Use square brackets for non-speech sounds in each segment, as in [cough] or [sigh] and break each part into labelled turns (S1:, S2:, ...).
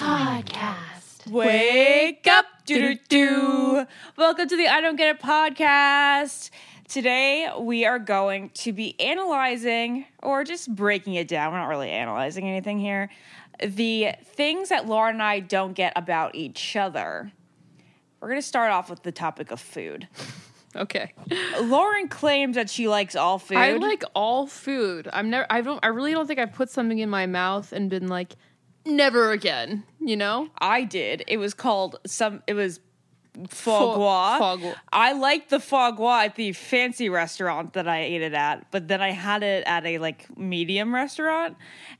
S1: Podcast.
S2: Wake up, doo doo doo. Welcome to the I Don't Get It podcast. Today we are going to be analyzing or just breaking it down. We're not really analyzing anything here. The things that Laura and I don't get about each other. We're going to start off with the topic of food.
S3: Okay.
S2: Lauren claims that she likes all food.
S3: I like all food. I'm never I don't I really don't think I've put something in my mouth and been like never again, you know?
S2: I did. It was called some. It was foie gras.
S3: foie gras.
S2: I liked the foie gras at the fancy restaurant that I ate it at, but then I had it at a like medium restaurant,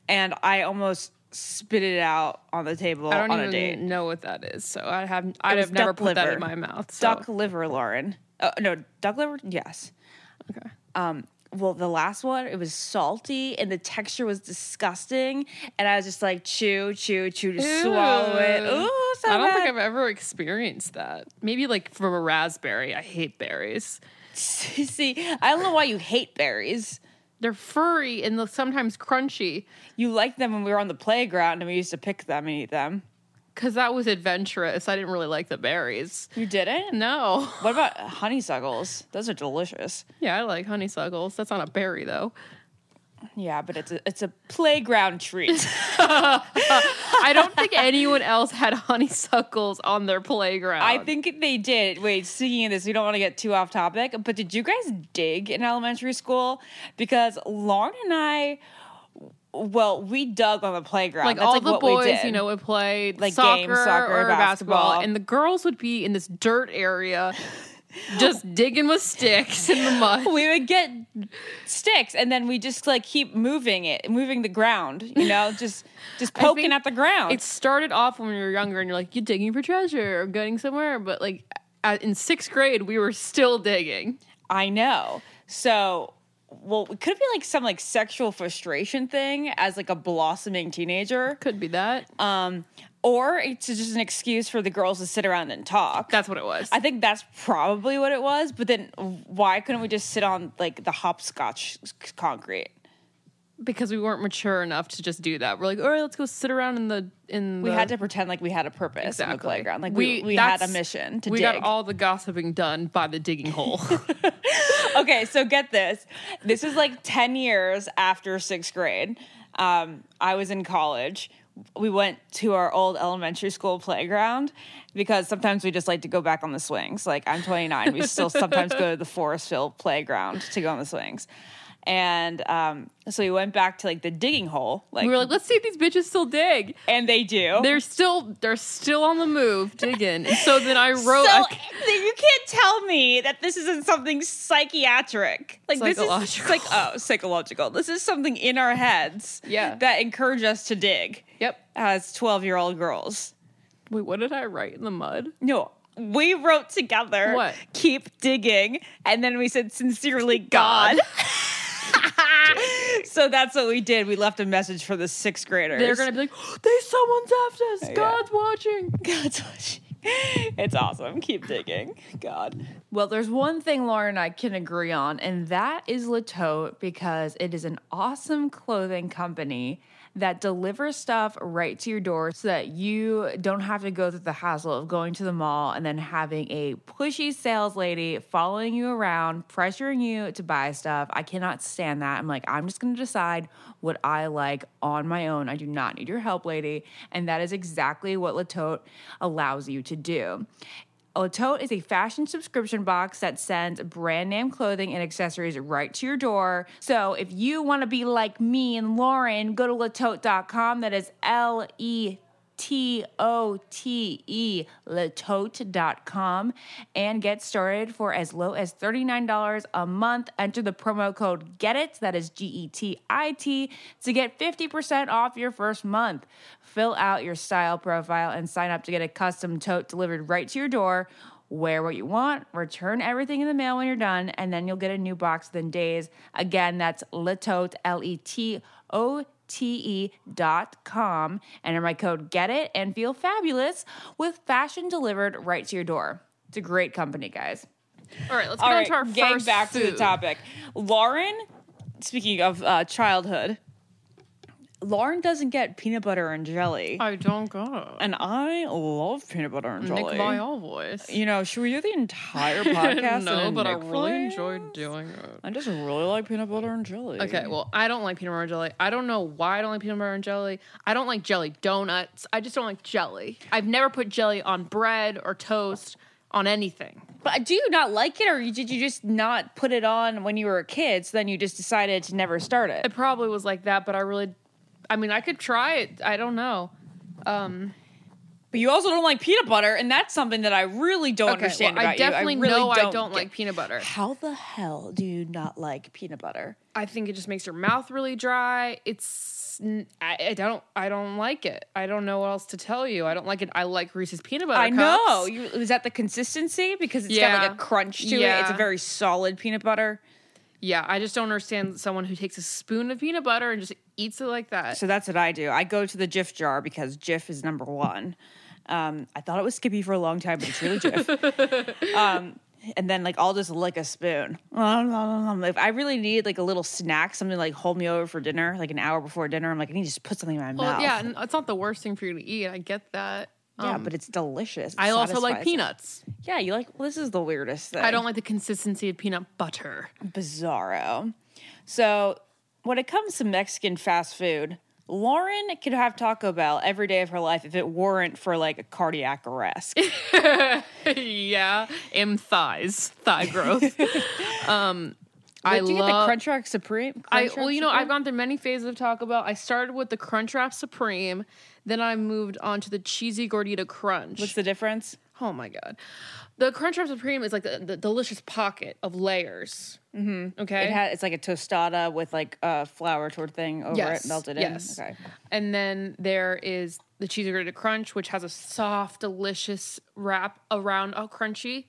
S2: and I almost spit it out on the table
S3: I don't
S2: Oh, on
S3: even
S2: a date.
S3: know what that is. So I have I
S2: was
S3: have never
S2: duck
S3: put that
S2: liver.
S3: in my mouth. So.
S2: Duck liver, Lauren. Uh, no, duck liver. Yes.
S3: Okay.
S2: Um. Well, the last one, it was salty and the texture was disgusting, and I was just like chew, chew, chew to swallow it.
S3: Ew.
S2: Ooh, so
S3: I don't
S2: bad.
S3: think I've ever experienced that. Maybe like from a raspberry. I hate berries.
S2: [laughs] See, I don't know why you hate berries.
S3: They're furry and they're sometimes crunchy
S2: You liked them when we were on the playground and we used to pick them and eat them.
S3: because that was adventurous. I didn't really like the berries.
S2: You didn't?
S3: No. [laughs]
S2: What about honeysuckles? Those are delicious.
S3: Yeah, I like honeysuckles. That's not a berry though.
S2: Yeah, but it's a, it's a playground [laughs] treat.
S3: I don't think anyone else had honeysuckles on their playground.
S2: I think they did. Wait, speaking of this, we don't want to get too off topic, but did you guys dig in elementary school? Because Lauren and I, well, we dug on the playground.
S3: like
S2: That's
S3: all the
S2: what we
S3: boys,
S2: did.
S3: you know, would play
S2: Like
S3: soccer,
S2: games, soccer,
S3: or basketball.
S2: basketball.
S3: and the girls would be in this dirt area, just digging with sticks in the mud.
S2: [laughs] we would get sticks and then we just like keep moving it, moving the ground, you
S3: [laughs]
S2: know, just just
S3: I think
S2: poking at the ground.
S3: It started off when we were younger, and you're like, you're digging for treasure or going somewhere, but like at, in sixth grade, we were still digging.
S2: I know. So, well, it could be like some like sexual frustration thing as like a blossoming teenager,
S3: Could be that.
S2: um, or it's just an excuse for the girls to sit around and talk.
S3: That's what it was.
S2: I think that's probably what it was. But then, why couldn't we just sit on like the hopscotch s- concrete?
S3: because we weren't mature enough to just do that. We're like, all right, let's go sit around in the in.
S2: We
S3: the-
S2: had to pretend like we had a purpose on the playground. Like we, we, had
S3: Uh, that's-
S2: a mission to
S3: we
S2: dig.
S3: got all the gossiping done by the
S2: [laughs]
S3: digging hole.
S2: okay, so get this. This is like 10 years after sixth grade. Um, I was in college. We went to our old elementary school playground because sometimes we just like to go back on the swings. Like I'm 29, we still sometimes go to the Forestville playground to go on the swings. And um, so we went back to like the digging hole, like,
S3: we were like, let's see if these bitches still dig.
S2: and they do.
S3: They're still they're still on the move digging. And so then I wrote
S2: so
S3: a
S2: you can't tell me that this isn't something psychiatric. Like this is
S3: Psychological.
S2: psych- oh, psychological. This is something in our heads
S3: Yeah.
S2: that encourage us to dig
S3: Yep.
S2: as 12-year-old girls.
S3: Wait, what did I write in the mud?
S2: No, we wrote together
S3: What?
S2: keep digging and then we said
S3: [laughs]
S2: sincerely God. [laughs] so that's what we did. We left a message for the 6th graders.
S3: They're gonna be like, there's someone's after us. God's watching.
S2: God's watching. [laughs] It's awesome. Keep digging. God. Well, there's one thing Laura and I can agree on, and that is Latote because it is an awesome clothing company
S4: that delivers stuff right to your door so that you don't have to go through the hassle of going to the mall and then having a pushy sales lady following you around, pressuring you to buy stuff. I cannot stand that. I'm like, I'm just going to decide what I like on my own. I do not need your help, lady. And that is exactly what Latote allows you to do. A tote is a fashion subscription box that sends brand name clothing and accessories right to your door. So if you want to be like me and Lauren, go to latote.com. That is L E T O T E, latote.com, and get started for as low as $39 a month. Enter the promo code GETIT, that is G E T I T, to get 50% off your first month. Fill out your style profile and sign up to get a custom tote delivered right to your door. Wear what you want, return everything in the mail when you're done, and then you'll get a new box within days. Again, that's letote, L E T O T E dot com. Enter my code GET IT and feel fabulous with fashion delivered right to your door. It's a great company, guys.
S3: All right, let's get
S2: All
S3: on
S2: right,
S3: to our
S2: getting
S3: first
S2: back to the
S3: food.
S2: topic. Lauren, speaking of uh, childhood, Lauren doesn't get peanut butter and jelly,
S3: I don't got
S2: and I love peanut butter and
S3: Nick
S2: jelly.
S3: Vial voice.
S2: You know, should we do the [laughs] entire podcast? in
S3: no,
S2: a
S3: but I
S2: Nick
S3: really
S2: voice?
S3: enjoyed doing it.
S2: I just really like peanut butter and jelly.
S3: Okay, well, I don't like peanut butter and jelly. I don't know why I don't like peanut butter and jelly. I don't like jelly donuts. I just don't like jelly. I've never put jelly on bread or toast on anything.
S2: But do you not like it, or you- did you just not put it on when you were a kid? So then you just decided to never start it.
S3: It probably was like that, but I really, I mean, I could try it. I don't know. Um,
S2: But you also don't like peanut butter, and that's something that I really don't
S3: okay,
S2: understand
S3: well,
S2: about
S3: I definitely
S2: you. I really
S3: know
S2: don't
S3: I don't
S2: get-
S3: like peanut butter.
S2: How the hell do you not like peanut butter?
S3: I think it just makes your mouth really dry. It's n- I, I don't I don't like it. I don't know what else to tell you. I don't like it. I like Reese's peanut butter.
S2: I know.
S3: cups.
S2: You, is that the consistency? Because it's got like
S3: Yeah.
S2: a crunch to it. It's a
S3: Yeah.
S2: very solid peanut butter.
S3: Yeah, I just don't understand someone who takes a spoon of peanut butter and just eats it like that.
S2: So that's what I do. I go to the Jif jar because Jif is number one. Um, I thought it was Skippy for a long time, but it's really Jif. um, and then like I'll just lick a spoon. Nom, nom, nom. If I really need like a little snack, something to, like hold me over for dinner, like an hour before dinner, I'm like I need to just put something in my
S3: Well,
S2: mouth.
S3: yeah, and it's not the worst thing for you to eat. I get that.
S2: yeah, but it's delicious. It
S3: I also like
S2: satisfies.
S3: peanuts.
S2: Yeah, you like. Well, this is the weirdest thing.
S3: I don't like the consistency of peanut butter. [laughs]
S2: bizarro. So when it comes to Mexican fast food, Lauren could have Taco Bell every day of her life if it weren't for like a cardiac arrest.
S3: yeah, and thighs,
S2: [laughs]
S3: thigh growth. um, [laughs] I
S2: Did you
S3: love.
S2: get the Crunchwrap Supreme?
S3: I
S2: Crunchwrap
S3: well, you know,
S2: Supreme?
S3: I've gone through many phases of Taco Bell. I started with the Crunchwrap Supreme, then I moved on to the cheesy gordita crunch.
S2: What's the difference?
S3: oh my god, the Crunchwrap Supreme is like the, the delicious pocket of layers. Mm-hmm. Okay,
S2: It has, it's like a tostada with like a flour tort thing over it melted in.
S3: Yes.
S2: Okay.
S3: And then there is the cheesy grated crunch, which has a soft, delicious wrap around a crunchy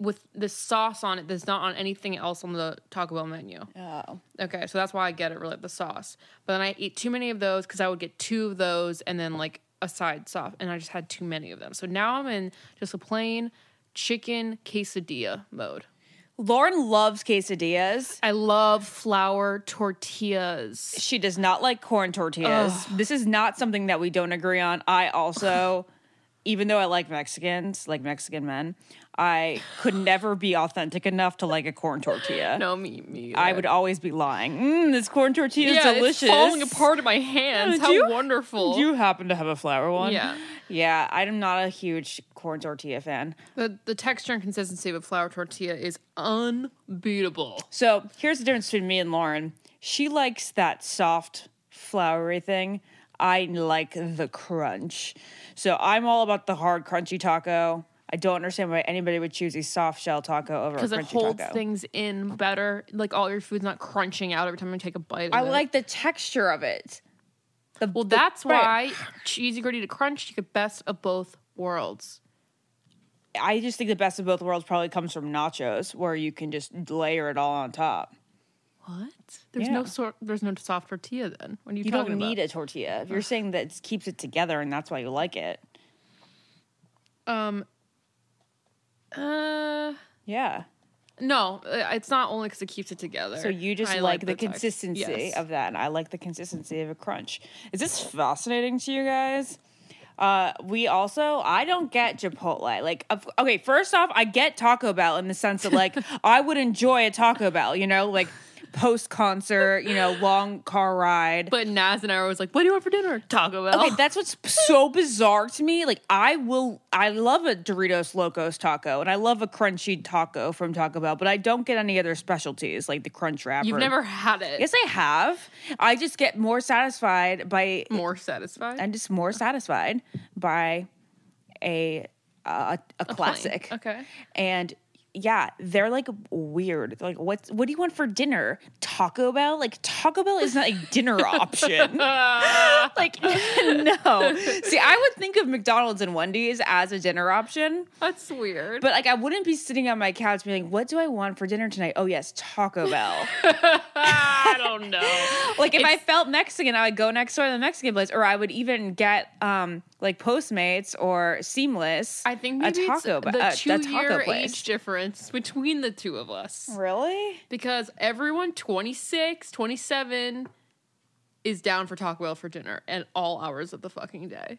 S3: with the sauce on it that's not on anything else on the Taco Bell menu.
S2: Oh.
S3: Okay, so that's why I get it really like the sauce. But then I ate too many of those because I would get two of those and then like a side sauce, and I just had too many of them. So now I'm in just a plain chicken quesadilla mode.
S2: Lauren loves quesadillas.
S3: I love flour tortillas.
S2: She does not like corn tortillas. This is not something that we don't agree on. I
S3: [sighs]
S2: also, even though I like Mexicans, like Mexican men, I could never be authentic enough to like a corn tortilla.
S3: No, me, me.
S2: I would always be lying. Mm, this corn tortilla is
S3: yeah,
S2: delicious.
S3: It's falling apart in my hands.
S2: Do
S3: How
S2: you-
S3: wonderful.
S2: Do you happen to have a flour one?
S3: Yeah.
S2: Yeah, I'm not a huge corn tortilla fan.
S3: the, the texture and consistency of a flour tortilla is unbeatable.
S2: So here's the difference between me and Lauren. She likes that soft, floury thing. I like the crunch. So I'm all about the hard, crunchy taco. I don't understand why anybody would choose a soft shell taco over a
S3: Because
S2: crunchy
S3: it holds
S2: taco.
S3: things in better. Like all your food's not crunching out every time you take a bite. Of
S2: I
S3: it.
S2: like the texture of it. The,
S3: Well,
S2: the-
S3: that's
S2: right.
S3: why cheesy gordita crunch. You get best of both worlds.
S2: I just think the best of both worlds probably comes from nachos, where you can just layer it all on top.
S3: What? There's
S2: Yeah.
S3: no sort. There's no soft tortilla. Then what are you,
S2: You
S3: talking
S2: don't need
S3: about?
S2: a tortilla. If you're saying that it keeps it together and that's why you like it,
S3: Um. Uh.
S2: yeah.
S3: No, uh, it's not only because it keeps it together.
S2: So you just
S3: I
S2: like, the,
S3: text.
S2: consistency
S3: Yes.
S2: of that, and I like the consistency of a crunch. Is this fascinating to you guys? Uh, we also, I don't get Chipotle. Like, of- okay, first off, I get Taco Bell in the sense that
S3: [laughs]
S2: like I would enjoy a Taco Bell, you know, like post concert, you know, long car ride.
S3: But Naz and I were always like, "What do you want for dinner? Taco Bell."
S2: Okay, that's what's so bizarre to me. Like I will I love a Doritos Locos taco and I love a crunchy taco from Taco Bell, but I don't get any other specialties like the crunch wrapper.
S3: [laughs] You've never had it.
S2: Yes, I have. I just get more satisfied by
S3: More satisfied.
S2: I'm just more satisfied by a uh, a, a classic.
S3: Okay.
S2: And yeah, they're like weird. They're like, what's what do you want for dinner? Taco Bell? Like Taco Bell is not a dinner option. like no. See, I would think of McDonald's and Wendy's as a dinner option.
S3: That's weird.
S2: But like I wouldn't be sitting on my couch being like, what do I want for dinner tonight? Oh yes, Taco Bell.
S3: I don't know.
S2: like if I felt Mexican, I would go next door to the Mexican place, or I would even get um like Postmates or Seamless.
S3: [laughs] I think
S2: a
S3: maybe it's
S2: taco, Bell-
S3: the
S2: uh,
S3: two year age difference between the two of us.
S2: Really?
S3: Because everyone 26, 27 is down for Taco Bell for dinner at all hours of the fucking day.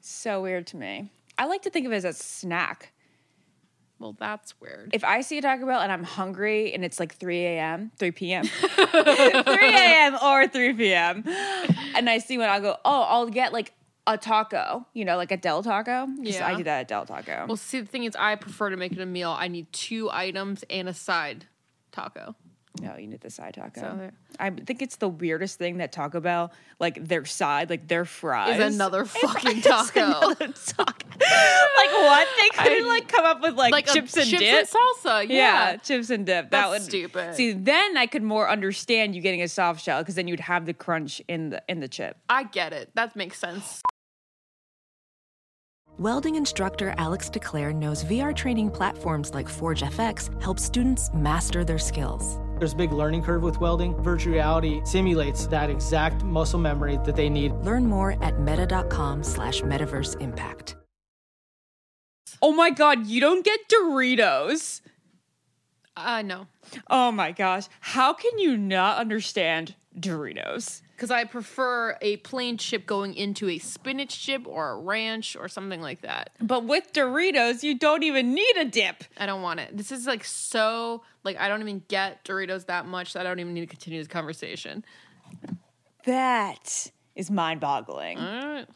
S2: So weird to me. I like to think of it as a snack.
S3: Well, that's weird.
S2: If I see a Taco Bell and I'm hungry and it's like 3 a.m., 3
S3: [laughs]
S2: p.m., 3 a.m. or 3 p.m., and I see one, I'll go, oh, I'll get like a taco, you know, like a Del Taco. 'Cause I
S3: Yeah.
S2: do that at Del Taco.
S3: well, see, the thing is, I prefer to make it a meal. I need two items and a side taco.
S2: No, you need the side taco.
S3: So-
S2: I think it's the weirdest thing that Taco Bell, like their side, like their fries, [laughs]
S3: Is another fucking
S2: It's
S3: taco.
S2: another taco. like what? They couldn't like come up with like,
S3: like a
S2: chips and
S3: chips
S2: dip.
S3: and salsa.
S2: yeah.
S3: Yeah.
S2: chips and dip. that
S3: That's
S2: would
S3: stupid.
S2: See, then I could more understand you getting a soft shell because then you'd have the crunch in the in the chip.
S3: I get it. That makes sense.
S5: Welding instructor Alex DeClaire knows VR training platforms like ForgeFX help students master their skills.
S6: There's a big learning curve with welding. Virtual reality simulates that exact muscle memory that they need.
S5: Learn more at meta.com slash metaverse impact.
S2: Oh my god, you don't get Doritos.
S3: Uh, no.
S2: Oh my gosh, how can you not understand Doritos?
S3: Because I prefer a plain chip going into a spinach chip or a ranch or something like that.
S2: But with Doritos, you don't even need a dip.
S3: I don't want it. This is like so, like, I don't even get Doritos that much that I don't even need to continue this conversation.
S2: That is mind boggling.
S3: All right.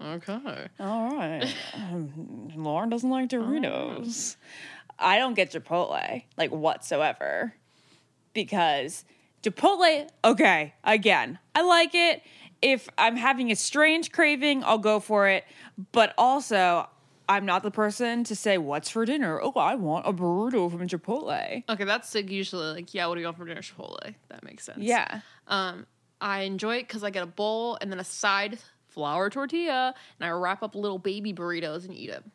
S3: Okay.
S2: All right. [laughs] Um, Lauren doesn't like Doritos. Oh. I don't get Chipotle, like whatsoever, because Chipotle, okay, again, I like it. If I'm having a strange craving, I'll go for it. But also, I'm not the person to say, What's for dinner? Oh, I want a burrito from Chipotle.
S3: Okay, that's like usually like, yeah, what do you want for dinner? Chipotle. That makes sense.
S2: Yeah.
S3: Um, I enjoy it because I get a bowl and then a side flour tortilla, and I wrap up little baby burritos and eat them.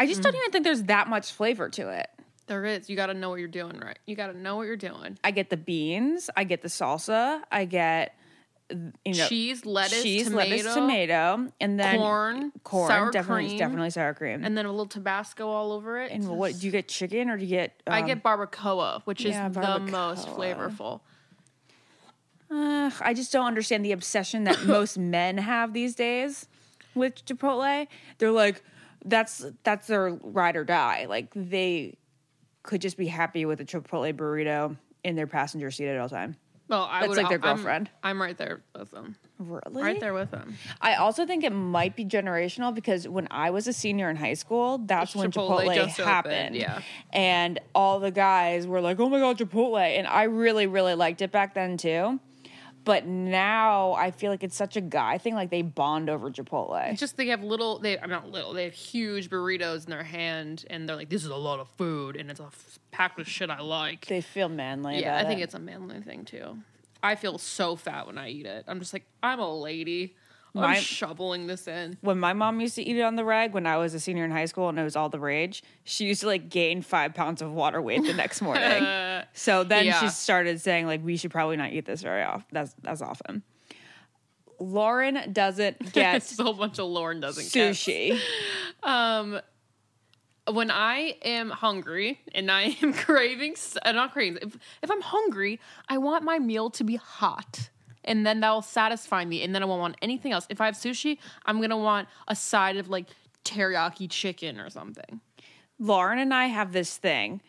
S2: I just don't even think there's that much flavor to it.
S3: There is. You got to know what you're doing, right? You got to know what you're doing.
S2: I get the beans, I get the salsa, I get you know
S3: Cheese, lettuce,
S2: cheese,
S3: tomato,
S2: lettuce, tomato, and then
S3: corn,
S2: corn,
S3: sour
S2: definitely,
S3: cream,
S2: definitely sour cream.
S3: and then a little Tabasco all over it.
S2: and what do you get? Chicken or do you get? Um,
S3: I get barbacoa, which is
S2: yeah,
S3: the most
S2: barbacoa.
S3: flavorful.
S2: Ugh, I just don't understand the obsession
S3: [laughs]
S2: that most men have these days with Chipotle. They're like, that's that's their ride or die. Like they could just be happy with a Chipotle burrito in their passenger seat at all time.
S3: Well, I
S2: That's
S3: would
S2: like their
S3: I'm-
S2: girlfriend.
S3: I'm, right there with them.
S2: Really?
S3: Right there with them.
S2: I also think it might be generational because when I was a senior in high school, that's when
S3: Chipotle
S2: Chipotle,
S3: just opened,
S2: happened.
S3: yeah.
S2: And all the guys were like, oh my God, Chipotle. And I really, really liked it back then too. But now I feel like it's such a guy thing. Like they bond over Chipotle.
S3: It's just they have little. They I'm not little. They have huge burritos in their hand, and they're like, "This is a lot of food, and it's a f- packed with shit I like."
S2: They feel manly.
S3: yeah, I
S2: about
S3: think
S2: it.
S3: it's a manly thing too. I feel so fat when I eat it. I'm just like, I'm a lady.
S2: My-
S3: I'm shoveling this in. [laughs]
S2: When my mom used to eat it on the rag when I was a senior in high school and it was all the rage, she used to like gain five pounds of water weight the next morning. So then
S3: Yeah.
S2: she started saying like we should probably not eat this very often. That's that's often. Lauren doesn't get
S3: It's a whole bunch of Lauren doesn't get.
S2: sushi.
S3: Um, when I am hungry and I am [laughs] craving, s- uh, not craving, if, if I'm hungry, I want my meal to be hot. And then that'll satisfy me. And then I won't want anything else. If I have sushi, I'm going to want a side of like teriyaki chicken or something.
S2: Lauren and I have this thing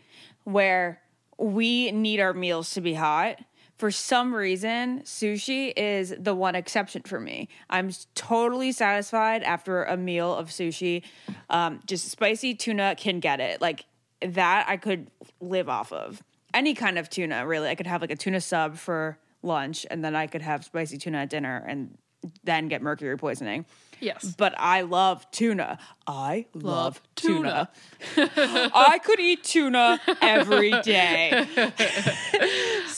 S2: where we need our meals to be hot. For some reason, sushi is the one exception for me. I'm s- totally satisfied after a meal of sushi. Um, just spicy tuna can get it. Like that, I could live off of. Any kind of tuna, really. I could have like a tuna sub for lunch, and then I could have spicy tuna at dinner and then get mercury poisoning.
S3: Yes.
S2: But I love tuna. I love,
S3: tuna.
S2: tuna. [laughs] I could eat tuna every day.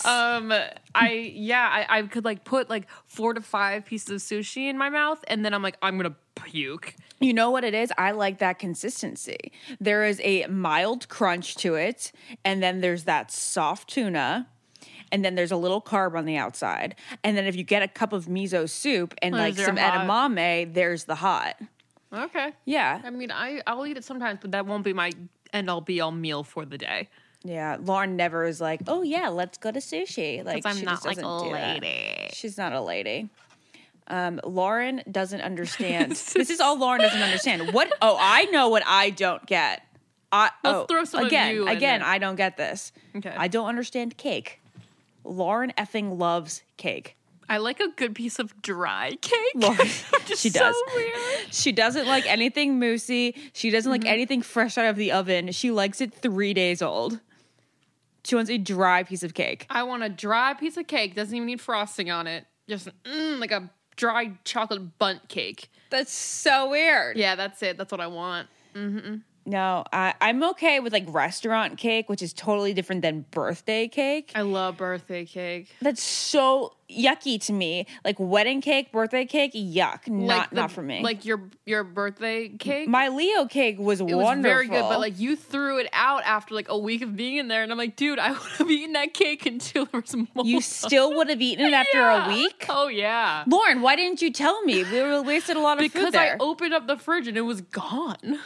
S3: Um, I, yeah, I, I could like put like four to five pieces of sushi in my mouth. And then I'm like, I'm going to puke.
S2: You know what it is? I like that consistency. There is a mild crunch to it, and then there's that soft tuna, and then there's a little carb on the outside. And then if you get a cup of miso soup and
S3: Well,
S2: like
S3: is there
S2: some
S3: hot?
S2: edamame, there's the hot.
S3: Okay.
S2: Yeah.
S3: I mean, I, I'll eat it sometimes, but that won't be my end all be all meal for the day.
S2: Yeah. Lauren never is like, oh, yeah, let's go to sushi. Like,
S3: I'm
S2: she
S3: not
S2: just
S3: like
S2: doesn't
S3: a
S2: do that.
S3: lady.
S2: She's not a lady. Um, Lauren doesn't
S3: [laughs]
S2: understand. this is all Lauren doesn't understand. What? Oh, I know what I don't get. I,
S3: Let's
S2: oh,
S3: throw some of
S2: again.
S3: you in
S2: again,
S3: there.
S2: I don't get this.
S3: Okay.
S2: I don't understand cake. Lauren effing loves cake.
S3: I like a good piece of dry cake.
S2: Lauren,
S3: [laughs] Which is
S2: she
S3: so
S2: does.
S3: weird. Mm-hmm.
S2: She doesn't like anything moosey. She doesn't like anything fresh out of the oven. She likes it three days old. She wants a dry piece of cake.
S3: I want a dry piece of cake. Doesn't even need frosting on it. Just mm, like a dry chocolate bunt cake.
S2: That's so weird.
S3: Yeah, that's it. That's what I want.
S2: No, I, I'm okay with like restaurant cake, which is totally different than birthday cake.
S3: I love birthday cake.
S2: That's so yucky to me. Like wedding cake, birthday cake, yuck. Not
S3: Like the-
S2: not for me.
S3: Like your your birthday cake.
S2: my Leo cake was
S3: it was
S2: wonderful.
S3: very good, but like you threw it out after like a week of being in there, and I'm like, dude, I [laughs] would have eaten that cake until there was mold. [laughs]
S2: you still would have eaten it after a week.
S3: Oh yeah.
S2: Lauren, why didn't you tell me? We were wasted a lot of food
S3: Because
S2: there.
S3: I opened up the fridge and it was gone.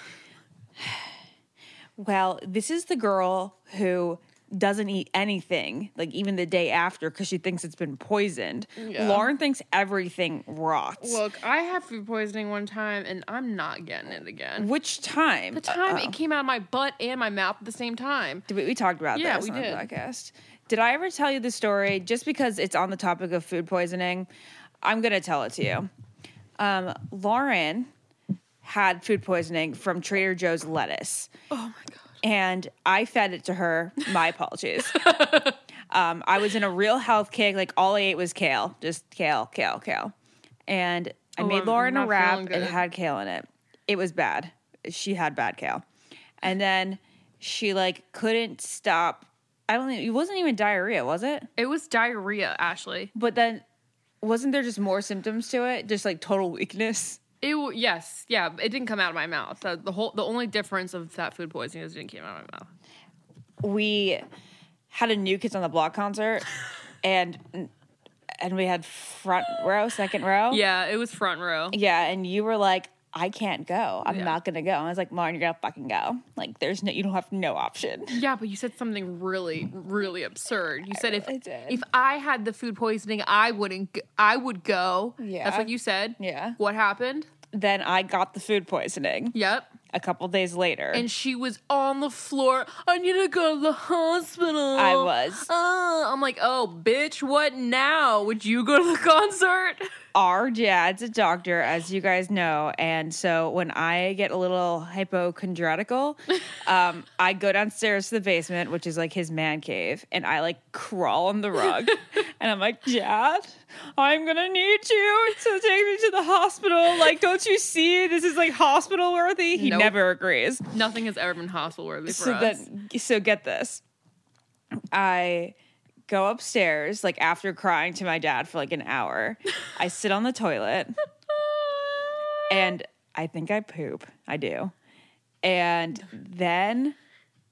S2: well, this is the girl who doesn't eat anything, like even the day after, because she thinks it's been poisoned. Lauren thinks everything rots.
S3: Look, I had food poisoning one time and I'm not getting it again.
S2: Which time?
S3: The time it came out of my butt and my mouth at the same time.
S2: Did We, we talked about
S3: Yeah,
S2: this
S3: we
S2: on
S3: did.
S2: the podcast. Did I ever tell you the story? Just because it's on the topic of food poisoning, I'm going to tell it to you. Um, Lauren had food poisoning from Trader Joe's lettuce. Oh my god! And I fed it to her. My
S3: [laughs]
S2: apologies. um, I was in a real health kick. Like all I ate was kale, just kale, kale, kale. And I made
S3: Oh, I'm
S2: Lauren a
S3: not
S2: wrap.
S3: feeling
S2: It
S3: good.
S2: had kale in it. It was bad. She had bad kale. And then she like couldn't stop. I don't think it wasn't even diarrhea, was it?
S3: It was diarrhea, Ashley.
S2: But then wasn't there just more symptoms to it? Just like total weakness.
S3: It w- yes, yeah, it didn't come out of my mouth. The, the whole the only difference of that food poisoning is it didn't come out of my mouth.
S2: we had a new kids on the block concert and and we had front row second row
S3: Yeah, it was front row.
S2: yeah and you were like i can't go i'm not gonna go i was like lauren you're gonna fucking go like there's no you don't have no option [laughs]
S3: Yeah, but you said something really, really absurd. You said
S2: really
S3: if
S2: did.
S3: if I had the food poisoning, I wouldn't. G- I would go.
S2: Yeah.
S3: that's what you said.
S2: Yeah.
S3: What happened?
S2: then i got the food poisoning
S3: Yep.
S2: a couple days later
S3: and she was on the floor. I need to go to the hospital.
S2: I was.
S3: Uh, I'm like, oh, bitch, what now? Would you go to
S2: [laughs]
S3: the concert?
S2: our dad's a doctor, as you guys know. And so when I get a little hypochondriacal, um, I go downstairs to the basement, which is like his man cave, and I like crawl on the rug. and I'm like, Dad, I'm going to need you to take me to the hospital. Like, don't you see? This is like hospital worthy. He
S3: Nope.
S2: never agrees
S3: Nothing has ever been hospital worthy for
S2: so
S3: us.
S2: then so get this i go upstairs like after crying to my dad for like an hour i sit on the [laughs] toilet and i think i poop i do and then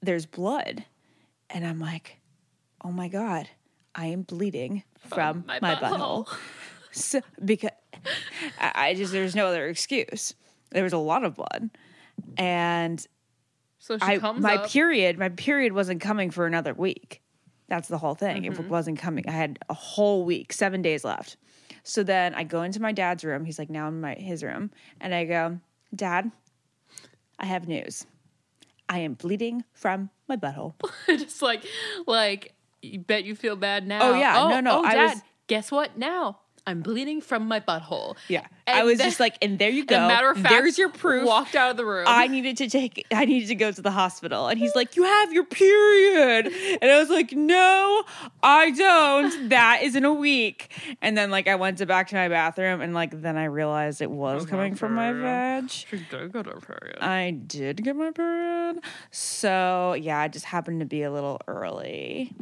S2: there's blood and i'm like oh my god i am bleeding from, my, butthole, [laughs] so, because I, I just there's no other excuse there was a lot of blood and
S3: So she
S2: I
S3: comes
S2: my
S3: up.
S2: period my period wasn't coming for another week. That's the whole thing.
S3: Mm-hmm.
S2: It wasn't coming. I had a whole week, 7 days left. So then I go into my dad's room. He's like now in my his room and I go, "Dad, I have news. I am bleeding from my butthole."
S3: [laughs] [laughs] just like like you bet you feel bad now.
S2: Oh, yeah. No, no,
S3: Oh,
S2: I
S3: Dad,
S2: was-
S3: guess what? Now I'm bleeding from my butthole.
S2: Yeah. I
S3: And
S2: was
S3: then-
S2: just
S3: [laughs]
S2: like, and there you
S3: and
S2: go.
S3: matter of fact,
S2: there's your proof.
S3: Walked out of the room.
S2: I needed to take I needed to go to the hospital. And he's like, You have your period. And I was like, No, I don't. That is in a week. And then like I went to back to my bathroom and like then I realized it was coming from my veg. I did get my period. So yeah, I just happened to be a little early.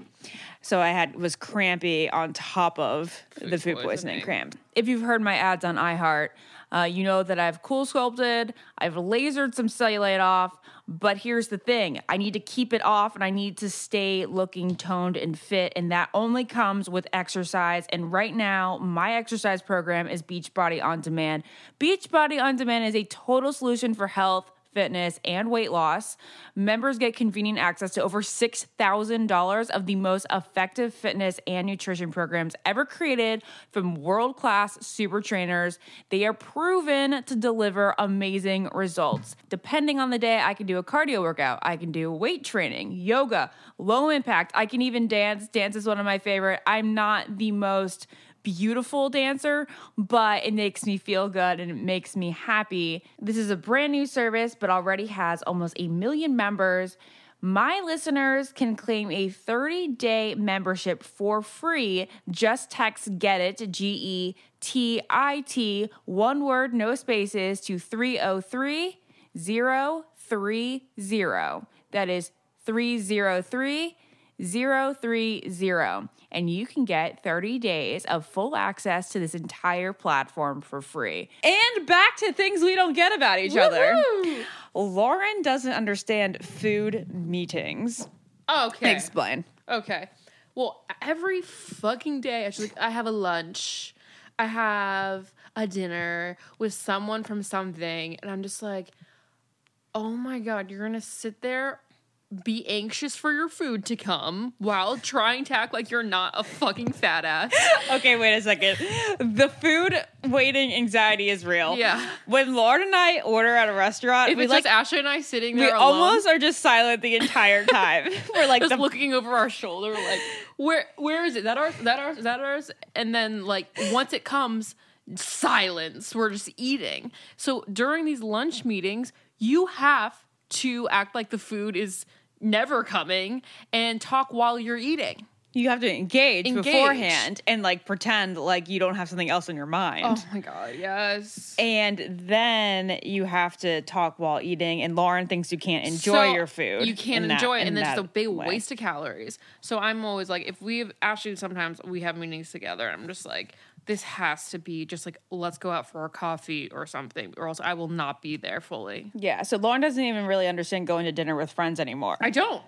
S2: So I had was crampy on top of the food poisoning cramp.
S4: if you've heard my ads on iHeart, uh, you know that I've cool sculpted, I've lasered some cellulite off, but here's the thing I need to keep it off and I need to stay looking toned and fit. And that only comes with exercise. And right now, my exercise program is Beachbody On Demand. Beachbody On Demand is a total solution for health fitness, and weight loss. Members get convenient access to over $6,000 of the most effective fitness and nutrition programs ever created from world class super trainers. They are proven to deliver amazing results. Depending on the day, I can do a cardio workout, I can do weight training, yoga, low impact, I can even dance. Dance is one of my favorite. I'm not the most beautiful dancer, but it makes me feel good and it makes me happy. This is a brand new service, but already has almost a million members. My listeners can claim a 30 day membership for free. Just text GET IT, G E T I T, one word, no spaces, to 303 030. That is 303 030 and you can get 30 days of full access to this entire platform for free.
S2: And back to things we don't get about each other. [laughs]
S3: [laughs]
S2: Lauren doesn't understand food meetings.
S3: okay.
S2: Explain.
S3: Okay. Well, every fucking day, I just like I have a lunch, I have a dinner with someone from something, and I'm just like, oh my god, you're gonna sit there, be anxious for your food to come while trying to act like you're not a fucking
S2: [laughs]
S3: fat ass.
S2: Okay, wait a second. The food waiting anxiety is real.
S3: Yeah.
S2: When Lauren and I order at a restaurant,
S3: If
S2: we
S3: it's
S2: like
S3: just Ashley and I sitting
S2: we
S3: there, alone,
S2: almost are just silent the entire
S3: [laughs]
S2: time. We're like
S3: just
S2: the
S3: looking over our shoulder, like where where is it? That ours? That ours? That ours? And then like once it comes, silence. We're just eating. So during these lunch meetings, you have to act like the food is never coming and talk while you're eating.
S2: you have to engage,
S3: Engage.
S2: beforehand and like pretend like you don't have something else in your mind.
S3: Oh my god, yes.
S2: And then you have to talk while eating, and Lauren thinks you can't enjoy
S3: So
S2: your food.
S3: You can't
S2: in that-
S3: enjoy it,
S2: in
S3: and then it's a
S2: that
S3: big
S2: way.
S3: waste of calories. So I'm always like, if we have actually sometimes we have meetings together, I'm just like, this has to be just like let's go out for our coffee or something, or else I will not be there fully.
S2: Yeah, so Lauren doesn't even really understand going to dinner with friends anymore.
S3: I don't.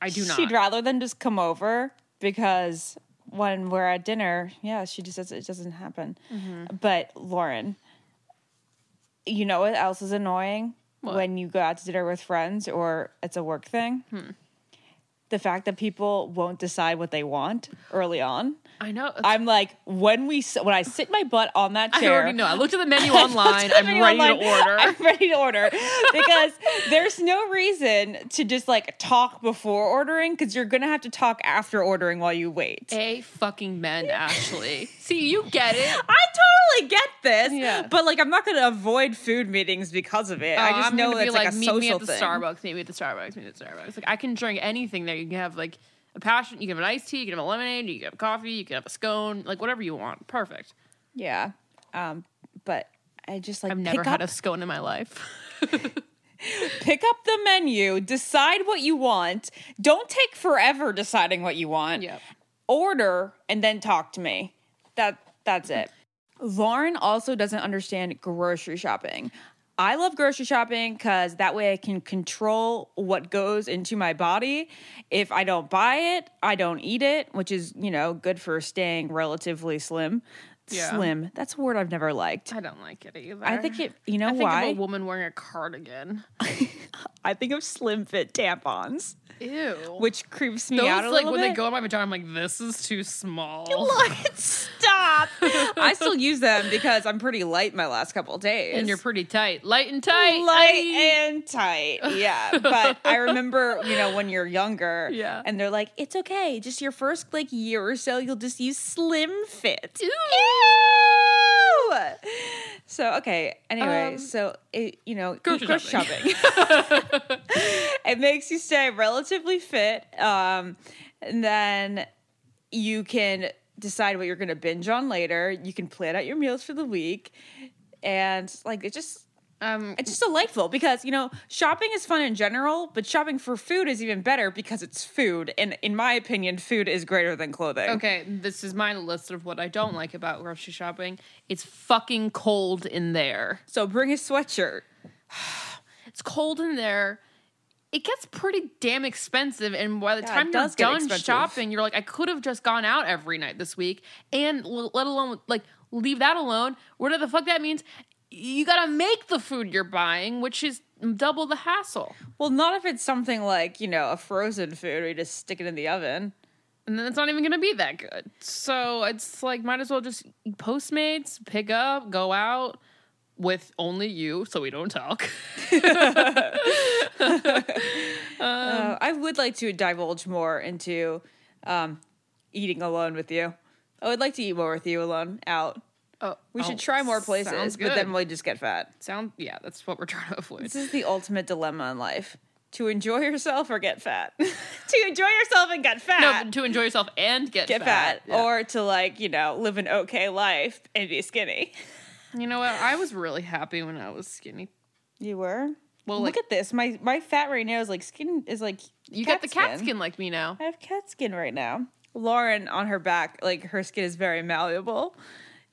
S3: I do not.
S2: She'd rather than just come over because when we're at dinner, yeah, she just says it doesn't happen.
S3: Mm-hmm.
S2: But Lauren, you know what else is annoying when you go out to dinner with friends or it's a work thing?
S3: Hmm.
S2: The fact that people won't decide what they want early on.
S3: I know.
S2: I'm like, when we s- when I sit my butt on that
S3: I
S2: chair,
S3: already know. I looked at
S2: [laughs]
S3: the menu online. I'm
S2: Something
S3: ready
S2: online.
S3: to order.
S2: [laughs] I'm ready to order [laughs] because there's no reason to just like talk before ordering because you're gonna have to talk after ordering while you wait.
S3: a fucking men, Ashley. See, you
S2: [laughs]
S3: get it.
S2: I totally get this,
S3: Yeah.
S2: but like I'm not gonna avoid food meetings because of it. I just
S3: am
S2: know
S3: Oh, gonna
S2: it's
S3: be
S2: like, a
S3: meet
S2: social
S3: me at the
S2: thing.
S3: Starbucks, meet me at the Starbucks, meet me at the Starbucks. Like I can drink anything there. You can have like a passion, you can have an iced tea, you can have a lemonade, you can have coffee, you can have a scone, like whatever you want. Perfect.
S2: Yeah, um, but I just like
S3: I've never
S2: pick
S3: had
S2: up,
S3: a scone in my life. [laughs]
S2: pick up the menu, decide what you want. Don't take forever deciding what you want.
S3: Yep.
S2: Order and then talk to me. That that's it. Lauren also doesn't understand grocery shopping. I love grocery shopping because that way I can control what goes into my body. If I don't buy it, I don't eat it, which is, you know, good for staying relatively slim
S3: Yeah.
S2: Slim. That's a word I've never liked.
S3: I don't like it either.
S2: I think it. You know
S3: I think
S2: why?
S3: of a woman wearing a cardigan.
S2: I think of slim fit tampons,
S3: [laughs] Ew.
S2: which creeps me
S3: Those
S2: out a
S3: like
S2: little
S3: when
S2: bit.
S3: they go in my vagina, I'm like, this is too small.
S2: [laughs] What? Stop! I still use them because I'm pretty light my last couple days.
S3: And you're pretty tight, light and tight.
S2: light
S3: Aye.
S2: and tight. Yeah. But
S3: [laughs]
S2: I remember, you know, when you're younger,
S3: Yeah.
S2: and they're like, it's okay. Just your first like year or so, you'll just use slim fit. Ew! So okay. Anyway,
S3: Um,
S2: so it you know
S3: grocery
S2: grocery
S3: shopping.
S2: shopping.
S3: [laughs]
S2: [laughs] it makes you stay relatively fit, um, and then you can decide what you're going to binge on later. You can plan out your meals for the week, and like it just
S3: Um,
S2: it's just delightful because you know shopping is fun in general, but shopping for food is even better because it's food, and in my opinion, food is greater than clothing.
S3: Okay, this is my list of what I don't like about grocery shopping. It's fucking cold in there.
S2: So bring a sweatshirt.
S3: It's cold in there. It gets pretty damn expensive, and by the
S2: Yeah, it
S3: time you're
S2: does get
S3: done
S2: expensive.
S3: shopping, you're like, I could have just gone out every night this week, and l- let alone like leave that alone. Whatever the fuck that means, you gotta make the food you're buying, which is double the hassle.
S2: Well, not if it's something like you know a frozen food, where you just stick it in the oven.
S3: and then it's not even gonna be that good. So it's like might as well just Postmates, pick up, go out with only you, so we don't talk. [laughs] Um,
S2: Uh, I would like to divulge more into um, eating alone with you. I would like to eat more with you alone out.
S3: Oh,
S2: We should
S3: oh,
S2: try more
S3: sounds
S2: places, but
S3: good.
S2: then we'll just get fat.
S3: sound yeah, that's what we're trying to avoid.
S2: This is the ultimate dilemma in life: to enjoy yourself or get fat. [laughs] to enjoy yourself and get fat.
S3: No, to enjoy yourself and get,
S2: get fat, or to like you know live an okay life and be skinny
S3: you know what? I was really happy when I was skinny.
S2: you were well
S3: Well,
S2: look
S3: like-
S2: at this my my fat right now is like skin is like
S3: You got the cat skin like me now.
S2: i have cat skin right now lauren on her back like her skin is very malleable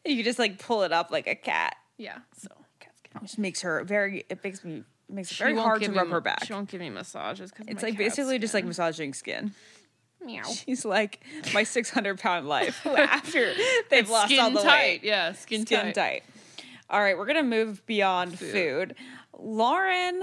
S2: you just like pull it up like a cat
S3: Yeah, so cat skin.
S2: which makes her very it makes me makes it very
S3: She won't
S2: hard to
S3: give me
S2: rub
S3: ma-
S2: her back
S3: She won't give me massages because
S2: it's like basically just like massaging skin [laughs]
S3: meow.
S2: she's like my 600 pound [laughs]
S3: [laughs]
S2: life after they've lost all
S3: Skin
S2: the
S3: tight,
S2: weight
S3: yeah, skin,
S2: skin
S3: tight.
S2: tight. All right, we're gonna move beyond food. Lauren,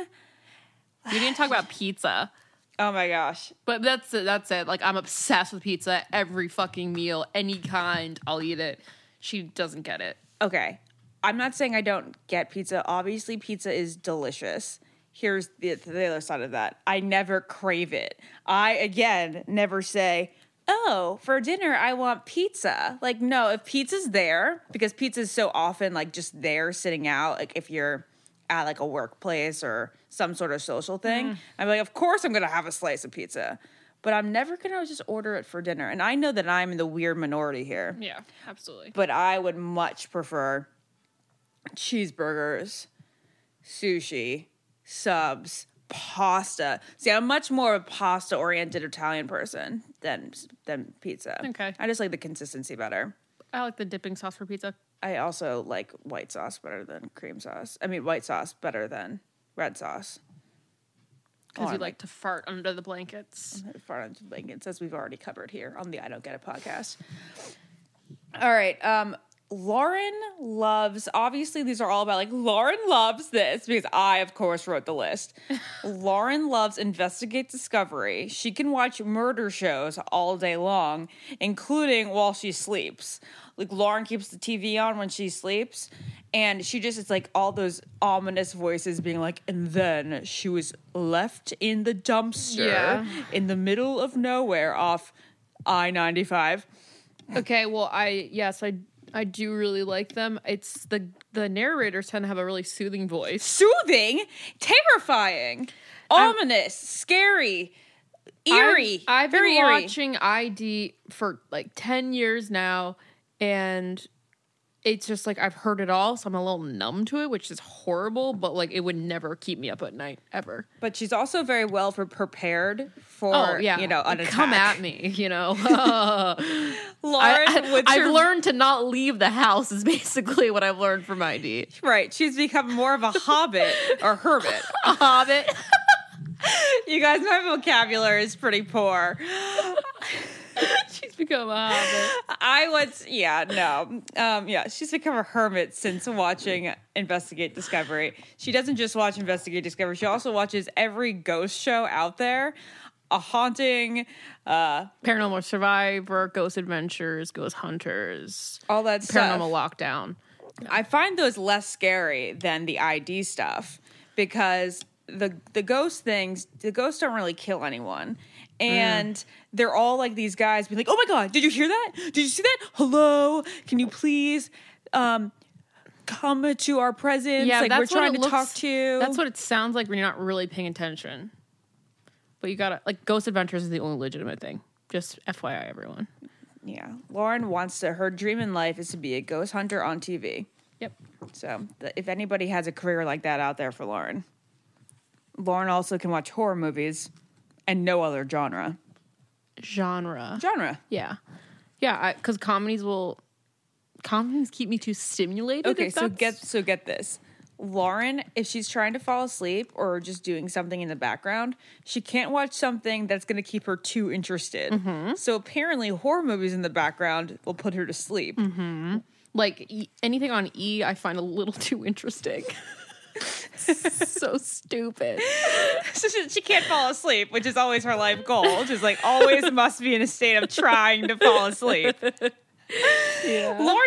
S3: We didn't talk about pizza.
S2: oh my gosh,
S3: But that's it. That's it. Like I'm obsessed with pizza. Every fucking meal, any kind, I'll eat it. She doesn't get it.
S2: okay. I'm not saying I don't get pizza. Obviously, pizza is delicious. Here's the, the other side of that. I never crave it. I again never say, "Oh, for dinner I want pizza." Like no, if pizza's there because pizza is so often like just there sitting out like if you're at like a workplace or some sort of social thing, I'm like, "Of course I'm going to have a slice of pizza." But I'm never going to just order it for dinner. And I know that I'm in the weird minority here.
S3: Yeah, absolutely.
S2: but I would much prefer cheeseburgers, sushi, subs, pasta. See, I'm much more of a pasta-oriented Italian person than than pizza.
S3: Okay.
S2: I just like the consistency better.
S3: I like the dipping sauce for pizza.
S2: I also like white sauce better than cream sauce. I mean, white sauce better than red sauce.
S3: Because you
S2: Alright.
S3: Oh, like to fart under the blankets.
S2: far on blankets as we've already covered here on the I Don't Get It podcast. All right. Um, Lauren loves, obviously, these are all about like Lauren loves this because I, of course, wrote the list. Lauren loves Investigate Discovery. She can watch murder shows all day long, including while she sleeps. Like, Lauren keeps the TV on when she sleeps, and she just, it's like all those ominous voices being like, and then she was left in the dumpster
S3: Yeah.
S2: in the middle of nowhere off I 95.
S3: Okay, well, I yes, I I do really like them. It's the the narrators tend to have a really soothing voice.
S2: Soothing, terrifying, ominous, scary, eerie.
S3: I've, I've
S2: very
S3: been
S2: eerie.
S3: watching ID for like ten years now, and it's just like I've heard it all, so I'm a little numb to it, which is horrible. But like, it would never keep me up at night ever.
S2: But she's also very well for prepared for,
S3: oh yeah,
S2: you know, an attack.
S3: come at me,
S2: [laughs]
S3: you know. [laughs]
S2: Lauren,
S3: I,
S2: with
S3: have
S2: her-
S3: learned to not leave the house is basically what I've learned from ID.
S2: [laughs] Right. She's become more of a hobbit or
S4: [laughs]
S2: hermit.
S3: A hobbit.
S2: You guys, my vocabulary is pretty poor.
S3: [laughs] She's become a hobbit.
S4: I once, yeah, no, um, yeah. She's become a hermit since watching Investigate Discovery. She doesn't just watch Investigate Discovery; she also watches every ghost show out there, a haunting, uh,
S3: Paranormal Survivor, Ghost Adventures, Ghost Hunters,
S4: all that stuff.
S3: Paranormal Lockdown.
S4: I find those less scary than the ID stuff because the the ghost things the ghosts don't really kill anyone.
S3: Mm.
S4: And they're all like these guys being like, "Oh my god, did you hear that? Did you see that? Hello, can you please um come to our presence? like we're
S3: what
S4: trying
S3: it
S4: to
S3: looks-
S4: talk to you."
S3: That's what it sounds like when you're not really paying attention. But you gotta like Ghost Adventures is the only legitimate thing. Just FYI, everyone.
S4: yeah. Lauren wants to her dream in life is to be a ghost hunter on TV.
S3: Yep.
S4: So, th- if anybody has a career like that out there for Lauren, Lauren also can watch horror movies and no other genre.
S3: Genre.
S4: Genre.
S3: Yeah, yeah. Because comedies will comedies keep me too stimulated.
S4: Okay,
S3: if
S4: so
S3: that's-
S4: get so get this. Lauren, if she's trying to fall asleep or just doing something in the background, she can't watch something that's going to keep her too interested. So apparently, horror movies in the background will put her to sleep.
S3: like e- anything on E, I find a little [laughs] too
S4: [laughs]
S3: interesting. so stupid.
S4: [laughs] So she, she can't fall asleep, which is always her life goal. She's like always must be in a state of trying to fall asleep. Lauren's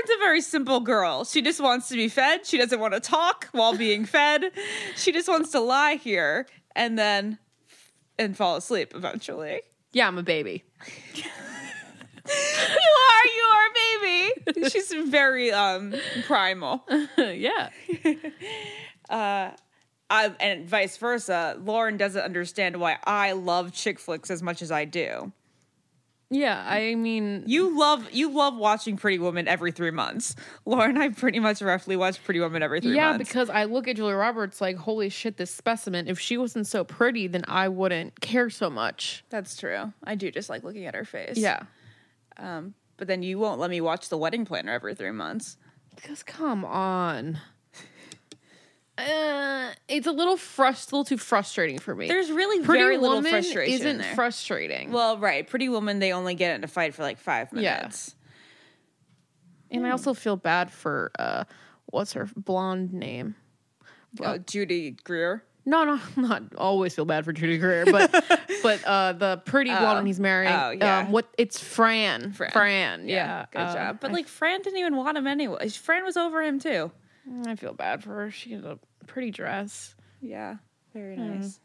S4: a very simple girl. She just wants to be fed. She doesn't want to talk while being fed. She just wants to lie here and then and fall asleep eventually. [laughs]
S3: Yeah, I'm a baby.
S4: You are, you are, baby. She's very um primal.
S3: [laughs] yeah,
S4: I, Um, and vice versa. Lauren doesn't understand why I love chick flicks as much as I do.
S3: yeah. I mean,
S4: You love you love watching Pretty Woman every three months. Laura and I pretty much roughly watch Pretty Woman every three
S3: yeah,
S4: months.
S3: because I look at Julia Roberts like, holy shit, this specimen. If she wasn't so pretty, then I wouldn't care so much.
S4: that's true. I do just like looking at her face.
S3: Yeah,
S4: but then you won't let me watch The Wedding Planner every three months.
S3: because come on. Uh, it's a little frust, a little too frustrating for me.
S4: There's really
S3: Pretty
S4: very little
S3: Woman
S4: frustration
S3: Isn't
S4: there.
S3: frustrating.
S4: Well, right, Pretty Woman they only get in a fight for like five
S3: Yeah.
S4: minutes.
S3: And
S4: hmm.
S3: I also feel bad for uh what's her blonde name?
S4: Oh, Judy Greer.
S3: No, no, [laughs] not always feel bad for Judy Greer, [laughs] but but uh the pretty blonde he's marrying.
S4: Oh, yeah.
S3: Um, what it's Fran. Fran. yeah.
S4: good
S3: um,
S4: job. But like Fran didn't even want him anyway. Fran was over him too.
S3: I feel bad for her. She had a pretty dress.
S4: Yeah, very nice.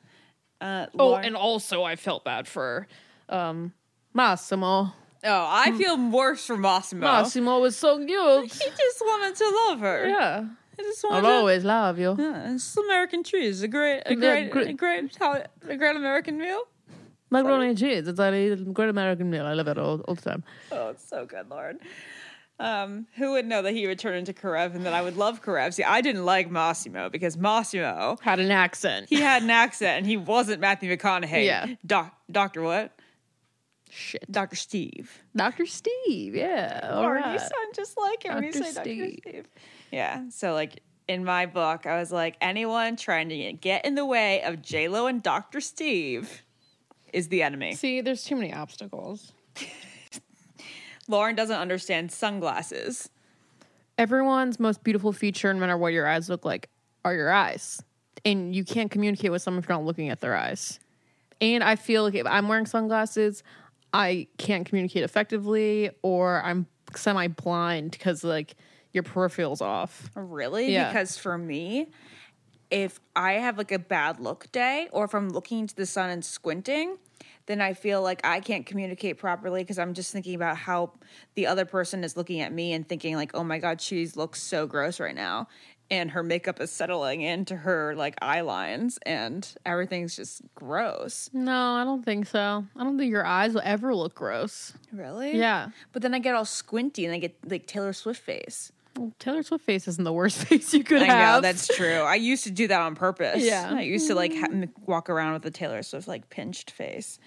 S4: Hmm. Uh,
S3: Oh,
S4: Lauren-
S3: and also I felt bad for um Massimo.
S4: oh, I feel worse for Massimo.
S3: Hmm. Massimo was so cute.
S4: He just wanted to love
S3: [laughs]
S4: her.
S3: yeah.
S4: He just
S3: I'll
S4: wanted to
S3: always love you.
S4: Yeah, it's American cheese. A great, a
S3: Yeah,
S4: great,
S3: great-
S4: a great, Italian- a great American meal.
S3: Macaroni and cheese. It's a great American meal. I love it all, all the time.
S4: [laughs] Oh, it's so good, Lord. Um, who would know that he would turn into Karev and that I would love Karev? See, I didn't like Massimo because Massimo
S3: Had an accent.
S4: he had an accent and he wasn't Matthew McConaughey.
S3: Yeah.
S4: Doc, Doctor what?
S3: Shit.
S4: Doctor Steve.
S3: Dr. Steve, yeah. all
S4: Lord, you
S3: right.
S4: sound just like him. You
S3: Dr.
S4: say
S3: Steve.
S4: Doctor Steve. Yeah. So like. In my book, I was like, anyone trying to get in the way of J Lo and Doctor Steve is the enemy.
S3: See, there's too many obstacles.
S4: Lauren doesn't understand sunglasses.
S3: Everyone's most beautiful feature, no matter what your eyes look like, are your eyes. And you can't communicate with someone if you're not looking at their eyes. And I feel like if I'm wearing sunglasses, I can't communicate effectively or I'm semi blind because, like, your peripheral's off.
S4: Really?
S3: Yeah.
S4: Because for me, if I have like a bad look day or if I'm looking into the sun and squinting, then I feel like I can't communicate properly because I'm just thinking about how the other person is looking at me and thinking like, "Oh my god, she looks so gross right now." And her makeup is settling into her like eye lines and everything's just gross.
S3: No, I don't think so. I don't think your eyes will ever look gross.
S4: Really?
S3: Yeah.
S4: But then I get all squinty and I get like Taylor Swift face.
S3: Well, Taylor Swift face isn't the worst [laughs] face you could
S4: I
S3: have.
S4: know that's true. I used to do that on purpose.
S3: Yeah. Mm-hmm.
S4: I used to like ha- m- walk around with a Taylor Swift like pinched face.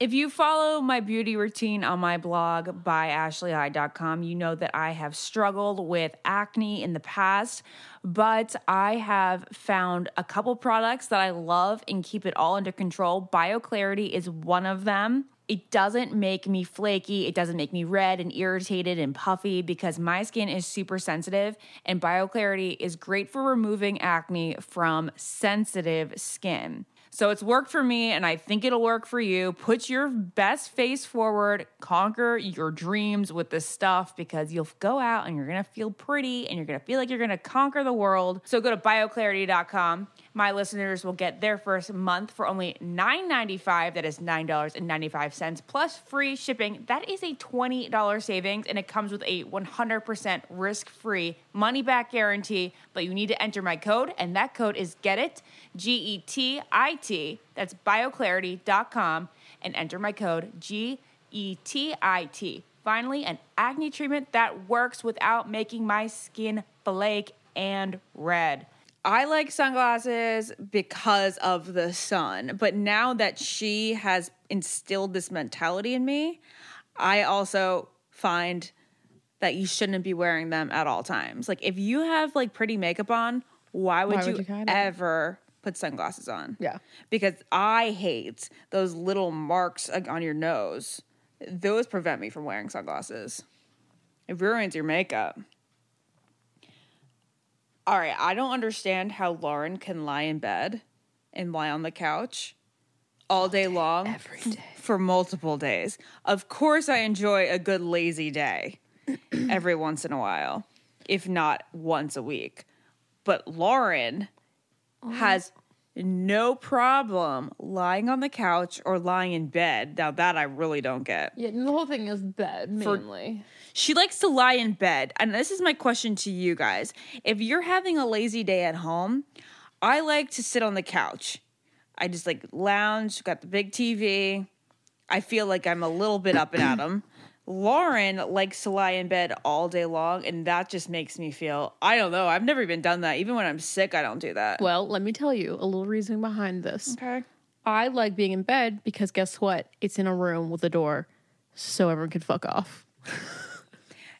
S7: If you follow my beauty routine on my blog by ashleyhigh.com, you know that I have struggled with acne in the past, but I have found a couple products that I love and keep it all under control. BioClarity is one of them.
S2: It doesn't make me flaky. It doesn't make me red and irritated and puffy because my skin is super sensitive and BioClarity is great for removing acne from sensitive skin. So it's worked for me and I think it'll work for you. Put your best face forward, conquer your dreams with this stuff because you'll go out and you're gonna feel pretty and you're gonna feel like you're gonna conquer the world. So go to bioclarity.com. My listeners will get their first month for only $9.95. That is $9.95 plus free shipping. That is a $20 savings and it comes with a 100% risk free money back guarantee. But you need to enter my code and that code is GET IT, G E T I T. That's bioclarity.com and enter my code G E T I T. Finally, an acne treatment that works without making my skin flake and red.
S4: I like sunglasses because of the sun, but now that she has instilled this mentality in me, I also find that you shouldn't be wearing them at all times. Like if you have like pretty makeup on, why would,
S3: Why would you
S4: you,
S3: hide it?
S4: ever put sunglasses on?
S3: Yeah.
S4: Because I hate those little marks like, on your nose. Those prevent me from wearing sunglasses. It ruins your makeup. All right, I don't understand how Lauren can lie in bed and lie on the couch all, day, long every day. for multiple days. Of course, I enjoy a good lazy [clears throat] day every once in a while, if not once a week. But Lauren has no problem lying on the couch or lying in bed. Now, that I really don't get.
S3: Yeah, the whole thing is bed mainly.
S4: She likes to lie in bed. And this is my question to you guys. If you're having a lazy day at home, I like to sit on the couch. I just like lounge, got the big TV. I feel like I'm a little bit up and at 'em. Lauren likes to lie in bed all day long, and that just makes me feel I don't know. I've never even done that. Even when I'm sick, I don't do that.
S3: well, let me tell you a little reason behind this.
S4: Okay.
S3: I like being in bed because guess what? It's in a room with a door, so everyone can fuck off.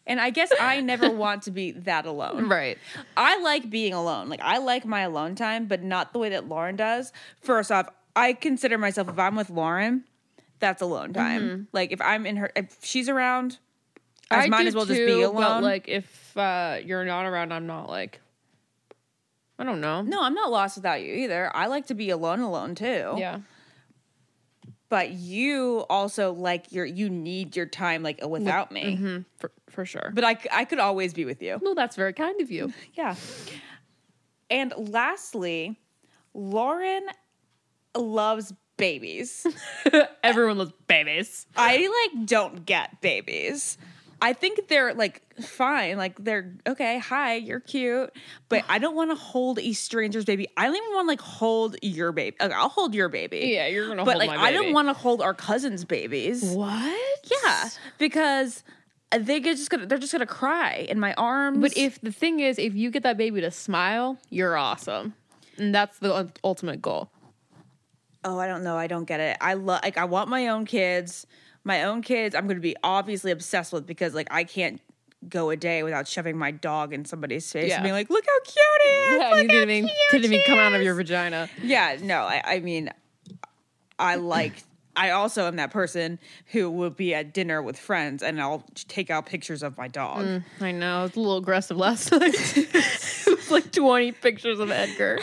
S4: And I guess I never want to be that alone.
S3: Right.
S4: I like being alone. Like I like my alone time, but not the way that Lauren does. First off, I consider myself if I'm with Lauren, that's alone time. Like if I'm in her, if she's around, I, might
S3: do
S4: as well just
S3: too,
S4: be alone.
S3: But like, if uh, you're not around, I'm not like, I don't know.
S4: no, I'm not lost without you either. I like to be alone, alone too.
S3: Yeah.
S4: But you also like your, you need your time like uh, without me.
S3: hmm For, for sure.
S4: But I, c- I could always be with you.
S3: well, that's very kind of
S4: [laughs]
S3: you.
S4: Yeah. And lastly, Lauren loves babies.
S3: Everyone loves babies.
S4: I like don't get babies. I think they're like fine, like they're okay. Hi, you're cute, but I don't want to hold a stranger's baby. I don't even want to like hold your baby. Like, I'll hold your baby.
S3: Yeah, you're gonna
S4: But
S3: hold
S4: like,
S3: my
S4: I don't
S3: baby.
S4: want to hold our cousins' babies.
S3: What?
S4: Yeah, because they get just gonna they're just gonna cry in my arms.
S3: But if the thing is, if you get that baby to smile, you're awesome. And that's the ul- ultimate goal.
S4: oh i don't know i don't get it i love like i want my own kids my own kids i'm gonna be obviously obsessed with because like i can't go a day without shoving my dog in somebody's face
S3: Yeah.
S4: and being like look how cute he is
S3: Yeah,
S4: Look
S3: you
S4: how
S3: didn't even,
S4: cute
S3: didn't even
S4: she
S3: come out of
S4: is."
S3: your vagina.
S4: yeah Uh, no i, I mean i like I also am that person who will be at dinner with friends and I'll take out pictures of my dog.
S2: Mm.
S3: I know. It's a little aggressive last [laughs] night. it was like 20 pictures of Edgar.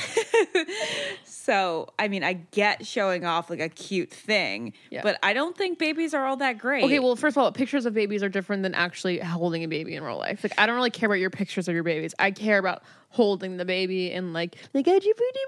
S4: So, I mean, I get showing off like a cute thing,
S3: Yeah.
S4: but I don't think babies are all that great.
S3: Okay, well, first of all, pictures of babies are different than actually holding a baby in real life. Like, I don't really care about your pictures of your babies. I care about holding the baby and like, like, how'd you pretty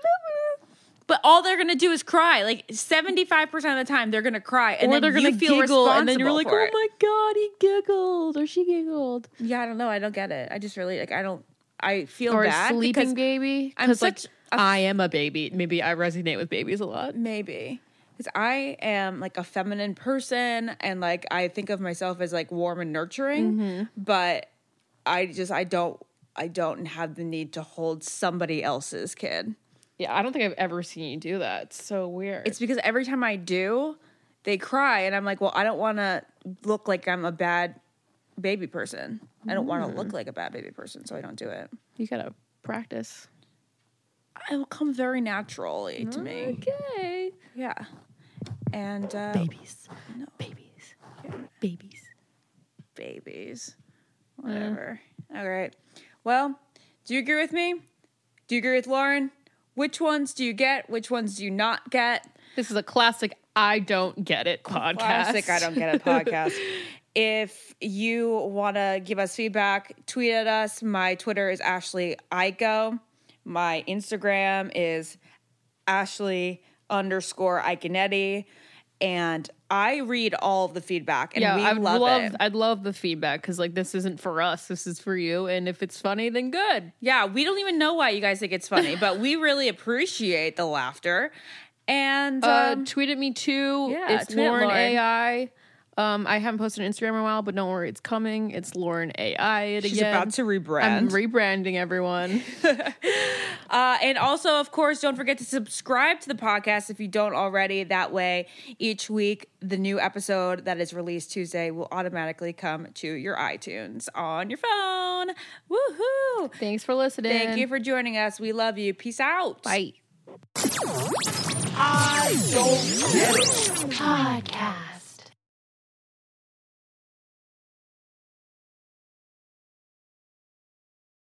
S3: mama?
S2: But all they're gonna do is cry. Like 75% of the time they're gonna cry and
S3: Or
S2: then
S3: they're
S2: you
S3: gonna
S2: feel
S3: giggle,
S2: responsible
S3: and then you're like,
S2: for
S3: "Oh
S2: it.
S3: my god, he giggled or she giggled,"
S4: Yeah, I don't know. I don't get it. I just really like. I don't. I feel
S3: or
S4: bad
S3: a sleeping
S4: because
S3: baby.
S4: I'm
S3: 'Cause, like,
S4: such
S3: I am a baby. Maybe I resonate with babies a lot.
S4: maybe because I am like a feminine person and like I think of myself as like warm and nurturing, but I just I don't I don't have the need to hold somebody else's kid.
S3: Yeah, I don't think I've ever seen you do that. It's so weird.
S4: It's because every time I do, they cry and I'm like, well, I don't want to look like I'm a bad baby person. I don't want to look like a bad baby person, so I don't do it.
S3: you gotta practice.
S4: It will come very naturally to me.
S3: Okay.
S4: Yeah. and uh,
S8: Babies. Babies. Babies.
S4: babies. Whatever. All right. Well, do you agree with me? Do you agree with Lauren? Which ones do you get? Which ones do you not get?
S3: This is a classic I don't get it podcast.
S4: Classic I Don't Get It podcast.
S8: [laughs]
S4: if you want to give us feedback, tweet at us. My Twitter is Ashley Ico. My Instagram is Ashley underscore Iconetti. And I read all of the feedback
S3: [laughs]
S4: and
S3: Yeah,
S4: we
S3: I would
S4: love,
S3: love,
S4: it.
S3: I'd love the feedback because like this isn't for us. This is for you. And if it's funny, then good.
S4: Yeah, we don't even know why you guys think
S3: [laughs]
S4: it's funny, but we really appreciate the laughter. And
S3: Uh,
S4: um,
S3: tweet at me too.
S4: yeah,
S3: it's
S4: tweet at
S3: Lauren,
S4: Lauren.
S3: AI. Um, I haven't posted on Instagram in a while, but don't worry, it's coming. It's Lauren AI. It
S4: She's
S3: again.
S4: about to rebrand.
S3: I'm rebranding
S4: [laughs]
S3: everyone.
S4: Uh, and also, of course, don't forget to subscribe to the podcast if you don't already. That way, each week, the new episode that is released Tuesday will automatically come to your iTunes on your phone. Woohoo!
S3: Thanks for listening.
S4: Thank you for joining us. We love you. Peace out.
S3: Bye.
S8: I don't get it.
S9: Podcast.